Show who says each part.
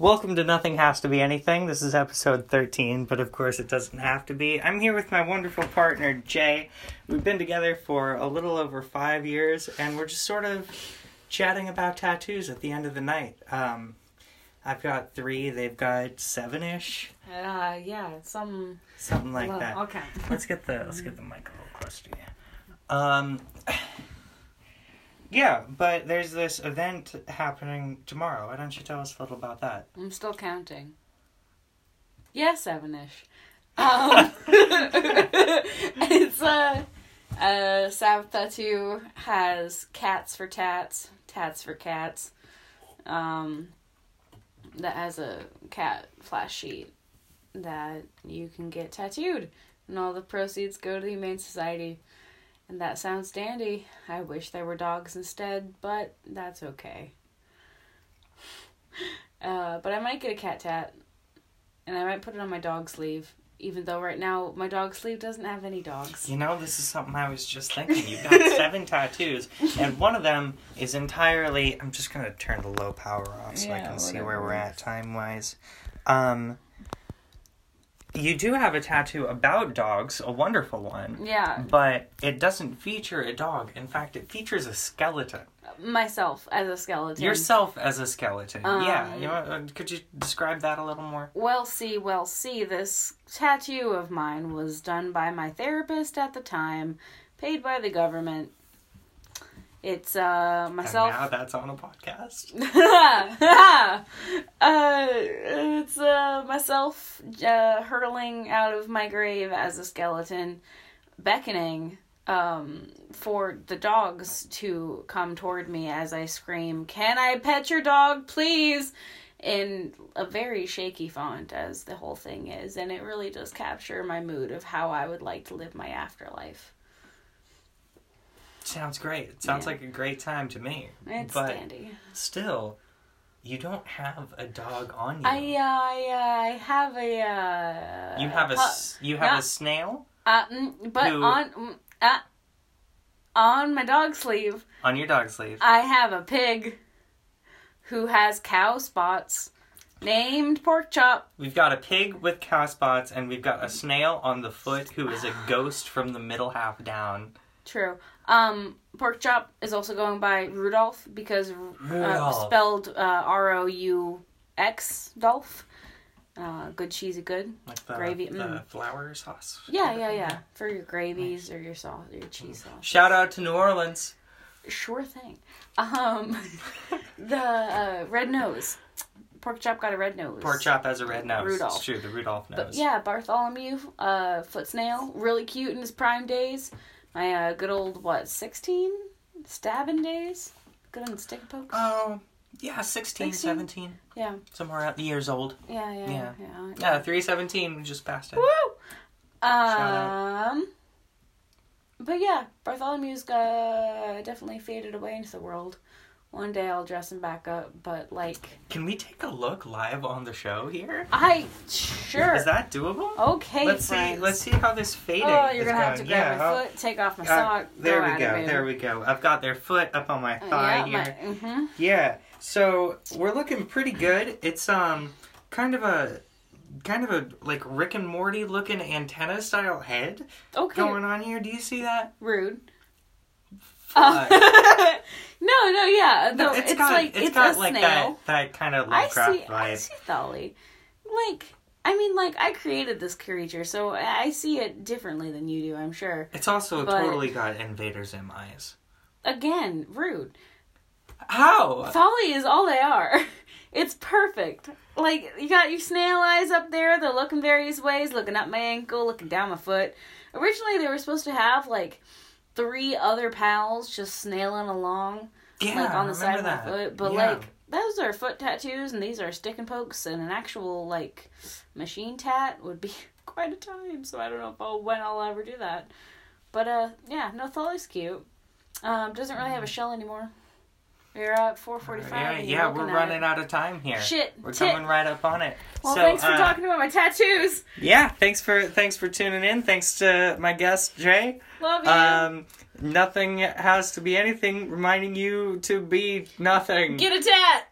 Speaker 1: Welcome to Nothing Has to Be Anything. This is episode 13, but of course it doesn't have to be. I'm here with my wonderful partner, Jay. We've been together for a little over five years, and we're just sort of chatting about tattoos at the end of the night. Um, I've got three, they've got seven ish,
Speaker 2: Uh, yeah, some.
Speaker 1: something like
Speaker 2: well,
Speaker 1: that.
Speaker 2: Okay.
Speaker 1: Let's get the let's get the mic a little close to you. Um, yeah, but there's this event happening tomorrow. Why don't you tell us a little about that?
Speaker 2: I'm still counting. Yeah, seven ish. Um, it's a. Uh, uh, Sav Tattoo has cats for tats, tats for cats. Um, that has a cat flash sheet that you can get tattooed, and all the proceeds go to the Humane Society. And that sounds dandy. I wish there were dogs instead, but that's okay. Uh, but I might get a cat tat, and I might put it on my dog sleeve. Even though right now my dog sleeve doesn't have any dogs.
Speaker 1: You know, this is something I was just thinking. You've got seven tattoos, and one of them is entirely. I'm just gonna turn the low power off so I
Speaker 2: Yeah,
Speaker 1: can see where
Speaker 2: whatever.
Speaker 1: we're at time wise. Um, you do have a tattoo about dogs, a wonderful one,
Speaker 2: Yeah,
Speaker 1: but it doesn't feature a dog. In fact, it features a skeleton.
Speaker 2: myself as a skeleton.
Speaker 1: Yourself as a skeleton. yeah.
Speaker 2: Um,
Speaker 1: You know, uh, could you describe that a little more?
Speaker 2: Well, see, well, see, this tattoo of mine was done by my therapist at the time, paid by the government. It's uh myself.
Speaker 1: And now that's on a podcast.
Speaker 2: uh, it's uh, myself uh, hurtling out of my grave as a skeleton, beckoning um, for the dogs to come toward me as I scream, Can I pet your dog, please? In a very shaky font, as the whole thing is, and it really does capture my mood of how I would like to live my afterlife.
Speaker 1: Sounds great. It sounds
Speaker 2: Yeah.
Speaker 1: like a great time to me.
Speaker 2: It's
Speaker 1: but
Speaker 2: dandy.
Speaker 1: still, you don't have a dog on you.
Speaker 2: I, uh, I, uh, I have a. Uh,
Speaker 1: you have a
Speaker 2: pu-
Speaker 1: s you have
Speaker 2: no.
Speaker 1: a snail
Speaker 2: Uh, mm, but
Speaker 1: Who-
Speaker 2: on mm, uh, on my dog sleeve,
Speaker 1: on your dog sleeve.
Speaker 2: I have a pig who has cow spots named Pork Chop.
Speaker 1: We've got a pig with cow spots, and we've got a snail on the foot who is a ghost from the middle half down.
Speaker 2: True. Um, Pork Chop is also going by Rudolph because uh,
Speaker 1: Rudolph.
Speaker 2: spelled uh, R O U X Dolph. Uh, good cheesy good.
Speaker 1: Like the,
Speaker 2: Gravy,
Speaker 1: the
Speaker 2: mm.
Speaker 1: flour sauce.
Speaker 2: Yeah, yeah, yeah. For your gravies or your sauce, your cheese sauce.
Speaker 1: Shout out to New Orleans.
Speaker 2: Sure thing. Um, the uh, red nose. Pork chop got a red nose.
Speaker 1: Pork chop has a red nose. It's
Speaker 2: Rudolph.
Speaker 1: true, the Rudolph nose.
Speaker 2: But yeah, Bartholomew, uh, foot snail, really cute in his prime days. My uh, good old what, sixteen stabbing days. Good on stick poke.
Speaker 1: Oh, yeah, 16,
Speaker 2: 16?
Speaker 1: 17,
Speaker 2: yeah,
Speaker 1: somewhere out years old.
Speaker 2: yeah, yeah,
Speaker 1: Yeah.
Speaker 2: yeah.
Speaker 1: Yeah, 317, we just passed it.
Speaker 2: Woo!
Speaker 1: out.
Speaker 2: Um. But yeah, Bartholomew's uh, definitely faded away into the world. One day I'll dress him back up, but like
Speaker 1: Can we take a look live on the show here?
Speaker 2: I sure.
Speaker 1: Is that doable?
Speaker 2: Okay,
Speaker 1: let's
Speaker 2: friends.
Speaker 1: see. Let's see how this fading.
Speaker 2: Oh, you're
Speaker 1: is
Speaker 2: gonna have to
Speaker 1: going.
Speaker 2: grab
Speaker 1: Yeah,
Speaker 2: my
Speaker 1: oh,
Speaker 2: foot, take off my
Speaker 1: uh,
Speaker 2: sock.
Speaker 1: there
Speaker 2: go
Speaker 1: we go. There we go. I've got their foot up on
Speaker 2: Uh,
Speaker 1: my thigh here.
Speaker 2: hmm
Speaker 1: Yeah. So we're looking pretty good. It's um kind of a kind of a like Rick and Morty looking antenna style head
Speaker 2: Okay,
Speaker 1: going on here. Do you see that?
Speaker 2: rude.
Speaker 1: Fuck.
Speaker 2: Uh, no, no, yeah, no, it's,
Speaker 1: got
Speaker 2: like it's,
Speaker 1: it's got
Speaker 2: a
Speaker 1: like
Speaker 2: snail.
Speaker 1: that that kind of
Speaker 2: I
Speaker 1: Lovecraft
Speaker 2: see, I
Speaker 1: vibe.
Speaker 2: see Tholly. Like, I mean, like I created this creature, so I I see it differently than you do. I'm sure.
Speaker 1: It's also
Speaker 2: but-
Speaker 1: totally got invaders in eyes.
Speaker 2: Again, rude.
Speaker 1: How?
Speaker 2: Folly is all they are. It's perfect. Like you got your snail eyes up there. They're looking various ways, looking up my ankle, looking down my foot. Originally, they were supposed to have like three other pals just snailing along,
Speaker 1: Yeah,
Speaker 2: like on
Speaker 1: I
Speaker 2: the side of
Speaker 1: remember
Speaker 2: my
Speaker 1: that.
Speaker 2: foot. But
Speaker 1: Yeah.
Speaker 2: like those are foot tattoos, and these are stick and pokes, and an actual like machine tat would be quite a time. So I don't know if I'll, when I'll ever do that. But uh, yeah, no, Tholly's cute. Um, doesn't really have a shell anymore. We're at four forty-five.
Speaker 1: Mm. Yeah,
Speaker 2: and you're
Speaker 1: yeah, we're
Speaker 2: looking at
Speaker 1: running
Speaker 2: it.
Speaker 1: out of time here.
Speaker 2: Shit,
Speaker 1: We're
Speaker 2: tit.
Speaker 1: coming right up on it.
Speaker 2: Well,
Speaker 1: So,
Speaker 2: thanks for
Speaker 1: uh,
Speaker 2: talking about my tattoos.
Speaker 1: Yeah, thanks for thanks for tuning in. Thanks to my guest Jay.
Speaker 2: Love you.
Speaker 1: Um, nothing has to be anything. Reminding you to be nothing.
Speaker 2: Get a tat.